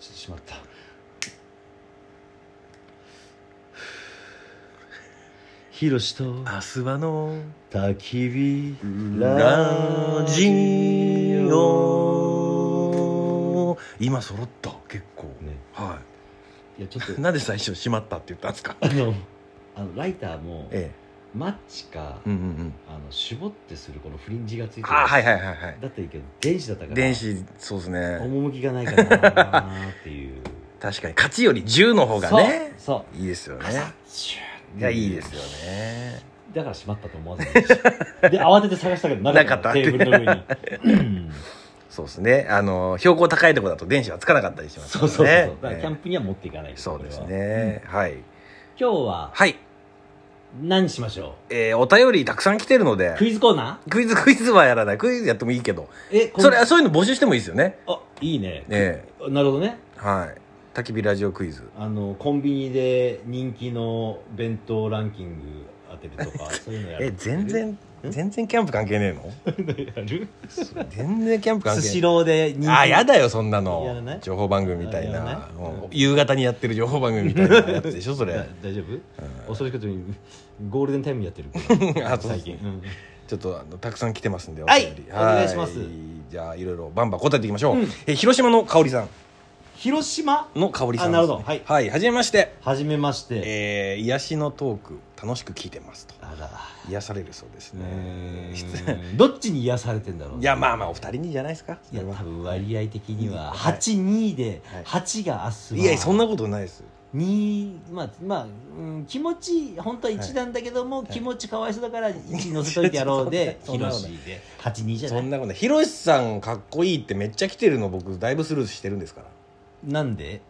してしまったひろしと明日はの焚き火ラジオ今揃った結構、ねはいやちょっとい なんで最初閉まったって言ったんですかあのあのライターもえマッチか、えうんうんうんあの絞ってするこのフリンジがついてるあはいはいはいはいだったらいいけど電子だったから 電子そうですね趣がないかなーっていう確かに勝ちより10の 方がねそういいですよそうねシューいやいいですよねだから閉まったと思わずにで慌てて探したけどなかったなかったテーブルの上にう んそうですねあの標高高いところだと電子はつかなかったりしますそかうそうそうそうらだかねらキャンプには持っていかないそうですこれはねはい今日ははい何しましょえーお便りたくさん来てるのでうクイズコーナクイズクイズはやらないクイズやってもいいけどーえこんそれそういうの募集してもいいですよねあいいねえなるほどねえはい焚き火ラジオクイズあのコンビニで人気の弁当ランキング当てると かそういうのやるえ全然全然キャンプ関係ねえの やる全然キャンプ関ス係シねローで人え気あやだよそんなやらないの情報番組みたいやらなないもうんう夕方にやってる情報番組みたいなやつでしょそ だれ大丈夫うん恐ろしくとゴールデンタイムやってるから あそう最近、うんちょっとあのたくさん来てますんではいお便りお願いしますじゃあいろいろバンバン答えていきましょう、うんえ広島の香りさ広島んの香りさんあなるほどはいはいはじめましてはじめましてえー、癒しのトーク楽しく聞いてますとあら癒されるそうですうねーんどっちに癒されてんだろういやまあまあお二人にじゃないですかいやそれは多分割合的にははい82ではい8が明日いやそんなこことないです2まあまあ、うん、気持ち本当は1なんだけども、気持ちかわいそうだから1乗せといてやろうで そんな広こしとないで82じゃなそいんなことないひろしさんかっこいいってめっちゃ来てるの僕だいぶスルーしてるんですからなん で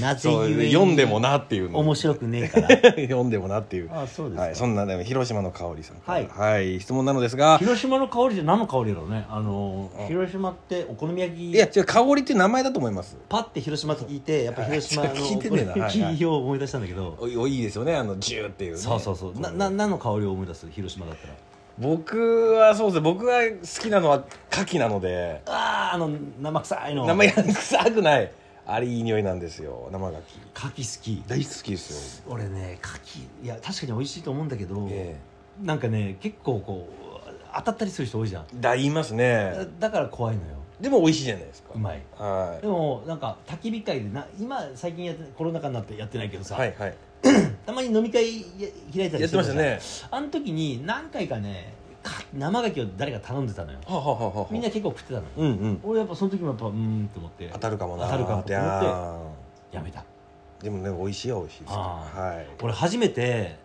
なぜそうゆえに読んでもなっていうの面白くねえから 読んでもなっていうあそうですか、はい、そんなね広島の香りさんからはいはい、質問なのですが広島の香りって何の香りだろうねあのうん広島ってお好み焼きいや違う香りって名前だと思いますパッて広島って聞いてやっぱ広島のおはい好聞いてねえなみ焼きを思い出したんだけどおおいいですよねあのジューっていう、ね、そうそうそうなな何の香りを思い出す広島だったら僕はそうですね僕が好きなのは牡蠣なのであああの生臭いの生や臭くないあれいい匂いなんですよ生牡蠣牡蠣好き大好きですよ俺ね牡蠣いや確かに美味しいと思うんだけど、えなんかね結構こう当たったりする人多いじゃんえだ言いますだねだから怖いのよでも美味しいじゃないですかうまいはいでもなんか焚き火会でな今最近やってコロナ禍になってやってないけどさ、はいはいたまに飲み会や開いたりやってましたねあの時に何回かねか生牡蠣を誰か頼んでたのよはあはあはあはあみんな結構食ってたのよ、うんうん俺やっぱその時もやっぱうーんと思って当たるかもな当たるかもと思っていややめたーでもね美味しいは美味しいですよあーはい俺初めて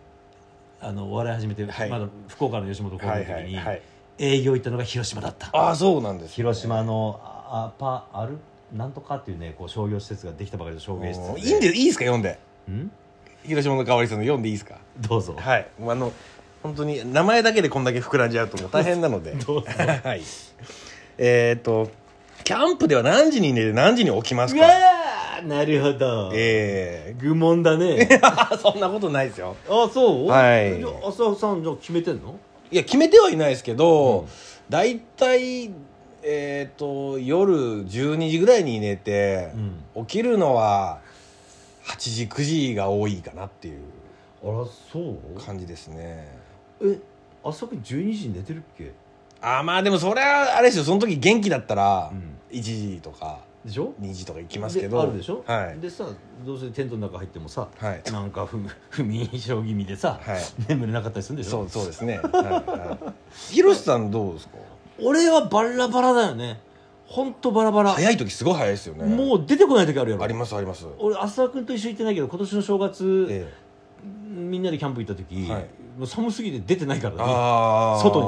あのお笑い始めて、はいまだ福岡の吉本興業のはい時はにいはい営業行ったのが広島だった、ああそうなんですね広島のあアパアルなんとかっていうねこう商業施設ができたばかりの商うん業施設いいんでいいですか読んでん広島の香りさんの読んでいいですかどうぞ、はいもうあの本当に名前だけでこんだけ膨らんじゃうともう大変なのでどうぞ はいえっとキャンプでは何時に寝て何時に起きますうかわーなるほど、え愚問だね ー そんなことないですよあそうはいじゃあ浅尾さんじゃあ決めてんのいや決めてはいないですけうんど大体、えっ、と夜12時ぐらいに寝てう、ん起きるのは8時9時が多いかなっていうあらそう感じですねえ朝くん12時に寝てるっけ、あーまあでもそれはあれですよその時元気だったらうん、 1時とかでしょ2時とか行きますけどであるでしょ、はいでさどうせテントの中入ってもさはいなんか不 不眠症気味でさ、はい眠れなかったりするんでしょそうそうですね、はいはい、ひろしさんどうですか俺はバラバラだよねほんとバラバラ、早い時すごい早いですよねもう出てこない時あるやろありますあります俺浅田君と一緒に行ってないけど今年の正月、えみんなでキャンプ行った時、はいもう寒すぎて出てないかえらねああ外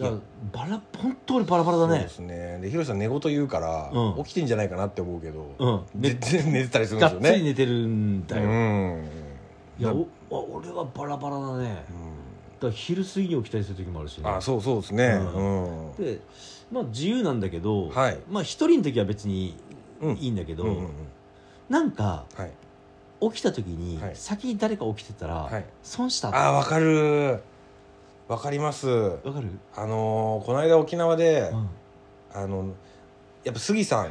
ににだからバラ本当俺バラバラだそうねですねでヒロシさん寝言言うから、うん起きてんじゃないかなって思うけど、うんで全然寝てたりするんでがっすよつりね寝てるんだよ、うんいやだおお俺はバラバラだねうだから昼過ぎに起きたりする時もあるし、んね、あそうそうですねううん、でまあ自由なんだけど、はいまあ一人の時は別にうんいいんだけど、うんうんうんなんかはい起きた時にはい先に誰か起きてたら、はい損したあわかるわかりますわかる、あのーこの間沖縄で、うんあのやっぱ杉さん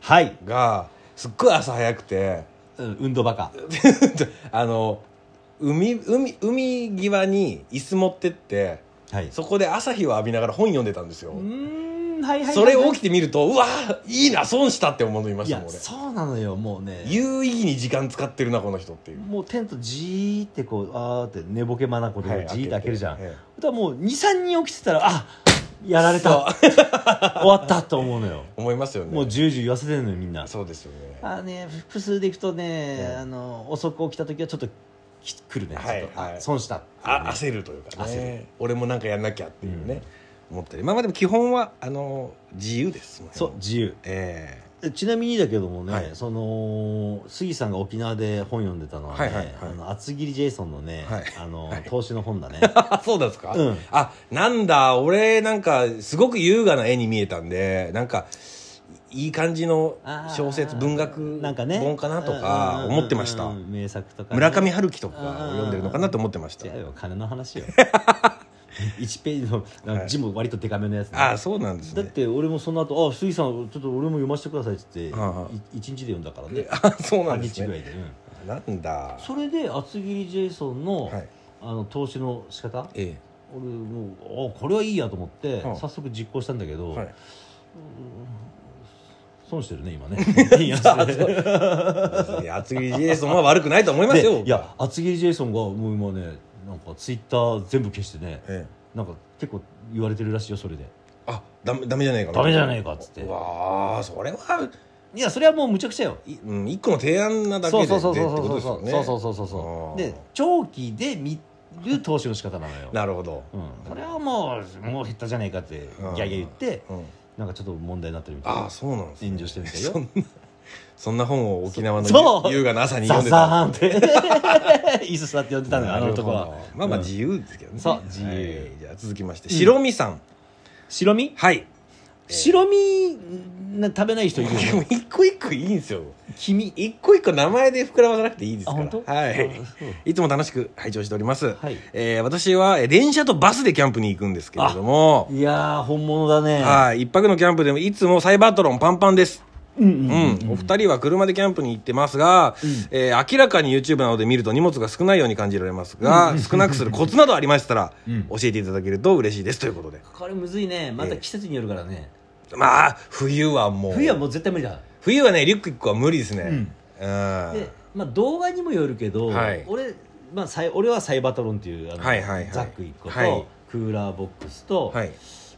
はい、がすっごい朝早くてうん、運動バカあの海海海際に椅子持ってってはいうそこで朝日を浴びながら本読んでたんですよ、ーんはいはいはいはいそれを起きてみるとうわいいな損したって思いまいしたやもん俺そうなのよもうね有意義に時間使ってるなこの人っていう、もうテントじーってこうあーって寝ぼけまなこでじーって開けるじゃん、 えあとはもう23人起きてたらあやられ た終わったと思うのよえ思いますよねもう10時言わせてるのよみんなそうですよねあーね複数でいくとね、うんあの遅く起きた時はちょっとき来るね、はいちょっとはあい損したっていうねあ焦るというか焦ね俺もなんかやんなきゃっていうね、思ったりまあまあでも基本はあの自由ですそう自由え えちなみにだけどもね、はいその杉さんが沖縄で本読んでたのはね、はいはいはいあの厚切りジェイソンのね、はいあのはい投資の本だねえあそうなんですか、うんあなんだ俺なんかすごく優雅な絵に見えたんでなんかいい感じの 小説あー文学なんかね本かなとか思ってました、うんうんうんうん名作とかね、村上春樹とかを読んでるのかなと思ってました違うよ金の 話よ1ページのなんか字も割とデカめのやつね、ああそうなんですだっねて俺もその後あ杉さんちょっと俺も読ませてください」っつっていはいはい一日で読んだからね あそうなん半です日ぐらねいで、うんなんだそれで厚切りジェイソンの,、はいあの投資の仕方え俺もうあこれはいいやと思ってはい早速実行したんだけえど、はい損してるね 今ねいやそれいや厚切りジェイソンは悪くないと思いますよでいや厚切りジェイソンがもう今ねなんかツイッター全部消してねええなんか結構言われてるらしいよそれであダメダメじゃないかダメじゃないかっつってうわーそれはいやそれはもうむちゃくちゃよいうん、一個の提案なだけそでうそうそうでそっうてそことうですそようねそうそうそうそうそうあでー長期で見る投資の仕方なのよなるほど、うん、それはもうもう減ったじゃねえかってギャーギャー言ってうん、なんかちょっと問題になってるみたいあなあそうなんですね炎上してるみたいよそんな そんな本を沖縄そうのゆ優雅な朝にザ読んでザたーンって椅子座って 呼んでたのよあの男なはるほどまあまあうん自由ですけどね、そう自由はいじゃあ続きまして白身さん、白身はい白身な食べない人いるよ でねも一個一個いいんですよ黄身一個一個名前で膨らまさなくていいですあか本当らはいあそういつも楽しく拝聴しております、はいえー私はえー電車とバスでキャンプに行くんですけれどもいやー本物だねはい一泊のキャンプでもいつもサイバートロンパンパンですうんうんうん、お二人は車でキャンプに行ってますが、えー明らかに YouTube などで見ると荷物が少ないように感じられますが、少なくするコツなどありましたら、教えていただけると嬉しいですということでこれむずいねまた季節によるからねまあ冬はもう冬はもう絶対無理だ冬はねリュック1個は無理ですねうん、で、まあ、動画にもよるけど、はい俺,、まあ、サイ俺はサイバトロンっていうあの、はいはいはいザック1個と、はいクーラーボックスと、はい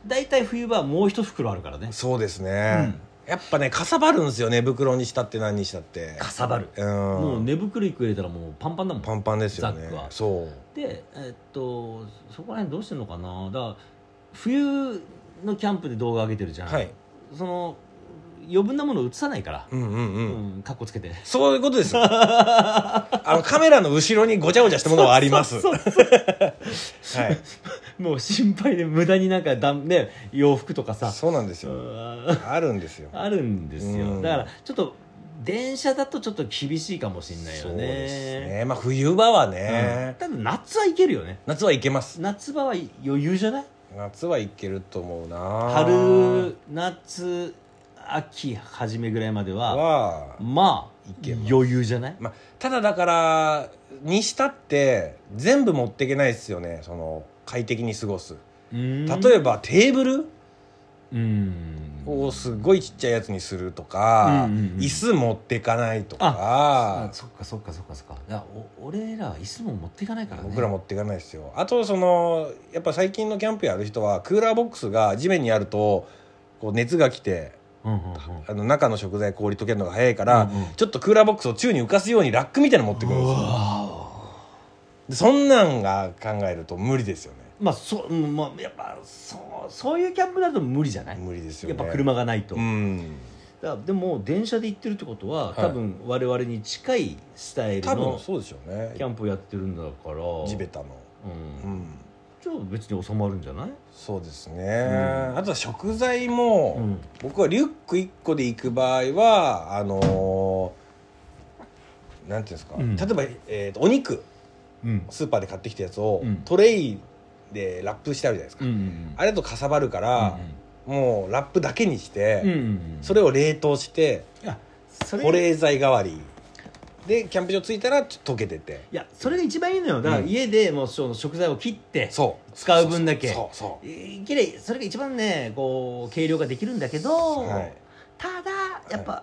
大体冬場はもう一袋あるからねそうですね、やっぱねかさばるんですよね袋にしたって何にしたってかさばる、うんもう寝袋1個入れたらもうパンパンだもんパンパンですよザねックはそうでえっとそこら辺どうしてんのかなだから冬のキャンプで動画上げてるじゃん、はいその余分なもの映さないからう、んうんうん、うんかっこつけて そういうことですよあのカメラの後ろにごちゃごちゃしたもの はありますそうそうはいもう心配で無駄になんかだん、ね、洋服とかさそうなんですうよんあるんですよあるんですよ、うんだからちょっと電車だとちょっと厳しいかもしれないよねそうですねまあ冬場はね、うんただ夏はいけるよね夏はいけます夏場は余裕じゃない夏はいけると思うな春夏秋初めぐらいまではは、まあいけます余裕じゃないまあ、ただだからにしたって全部持っていけないですよねその快適に過ごす例例えばテーブルうんをすっごいちっちゃいやつにするとか、うんうんうん椅子持っていかないとかあそっかそっかそっかそっかいやお俺らは椅子も持っていかないからね僕ら持っていかないですよあとそのやっぱ最近のキャンプやる人はクーラーボックスが地面にあるとこう熱が来てうんうんうんあの中の食材氷溶けるのが早いから、うんうんちょっとクーラーボックスを宙に浮かすようにラックみたいなの持ってくるんですうよわでそんなんが考えると無理ですよねまあそううんまあやっぱそうそういうキャンプだと無理じゃない無理ですよやっねぱ車がないと、うんだでも電車で行ってるってことは、い多分我々に近いスタイル多分のそうでしょうねキャンプをやってるんだから地べたのうんうんじゃあ別に収まるんじゃないそうですね、んあとは食材も、うん僕はリュック1個で行く場合はあのーなんていうんですか、うん例えば、えーとお肉うんスーパーで買ってきたやつを、うんトレイでラップしてあるじゃないですか、うんあれだとかさばるかうら、んもうラップだけにして、んそれを冷凍してあそれ保冷剤代わりでキャンプ場着いたらちょっと溶けてていやそれが一番いいのよだからうん家でもうその食材を切って、そう使う分だけそうそうえーきれいそれが一番ねこう計量ができるんだけど、はいただやっぱ、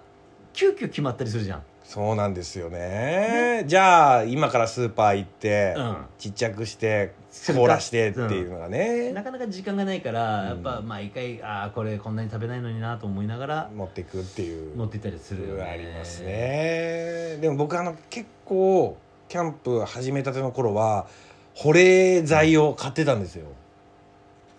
急遽決まったりするじゃん、そうなんですよねじゃあ今からスーパー行って、うんちっちゃくしてそれか凍らしてっていうのがなね、かなか時間がないから、うんやっぱ毎回ああこれこんなに食べないのになと思いながら持っていくっていう持っていったりするよねありますねでも僕あの結構キャンプ始めたての頃は保冷剤を買ってたんですよ、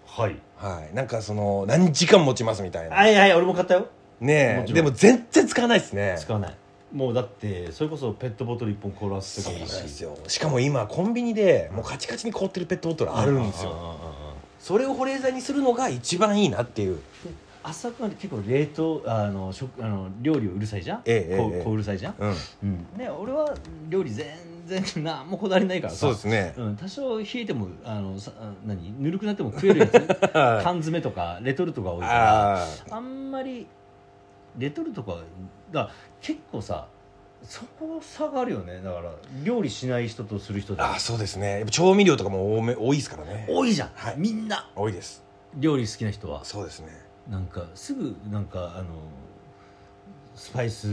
はいはいなんかその何時間持ちますみたいなはいはい俺も買ったよねもえちろでんも全然使わないですね使わないもうだってそれこそペットボトル1本凍らせてそうもないんいですしよしかも今コンビニでもうカチカチに凍ってるペットボトルあるんですうよううんうんそれを保冷剤にするのが一番いいなっていう朝から結構冷凍あの食あの料理うるさいじゃん、ええええこええうこううるさいじゃん、うんうん、ね俺は料理全然 何もこだわりないからさそうですねうん、多少冷えてもあのさあ何ぬるくなっても食える やつ缶詰とかレトルトが多いからああんまりレトルトかだから結構さそこ差があるよねだから料理しない人とする人でああそうですねやっぱ調味料とかも多め多いですからね多いじゃん、はいみんな多いです料理好きな人はそうですねなんかすぐなんかあのスパイス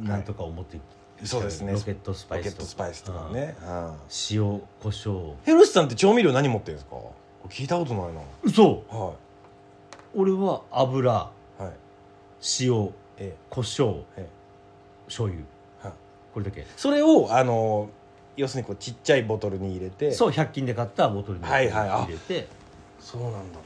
なんとかを持って、そうですねロケットスパロイケスットスパイスとかね、うん塩コショウヘロシさんって調味料何持ってるんですか聞いたことないな嘘は俺は油いはい塩えコショウええ醤油えはいこれだけそれをあの要するにこうちっちゃいボトルに入れてそう100均で買ったボトルにはいはいあ入れてそうなんだ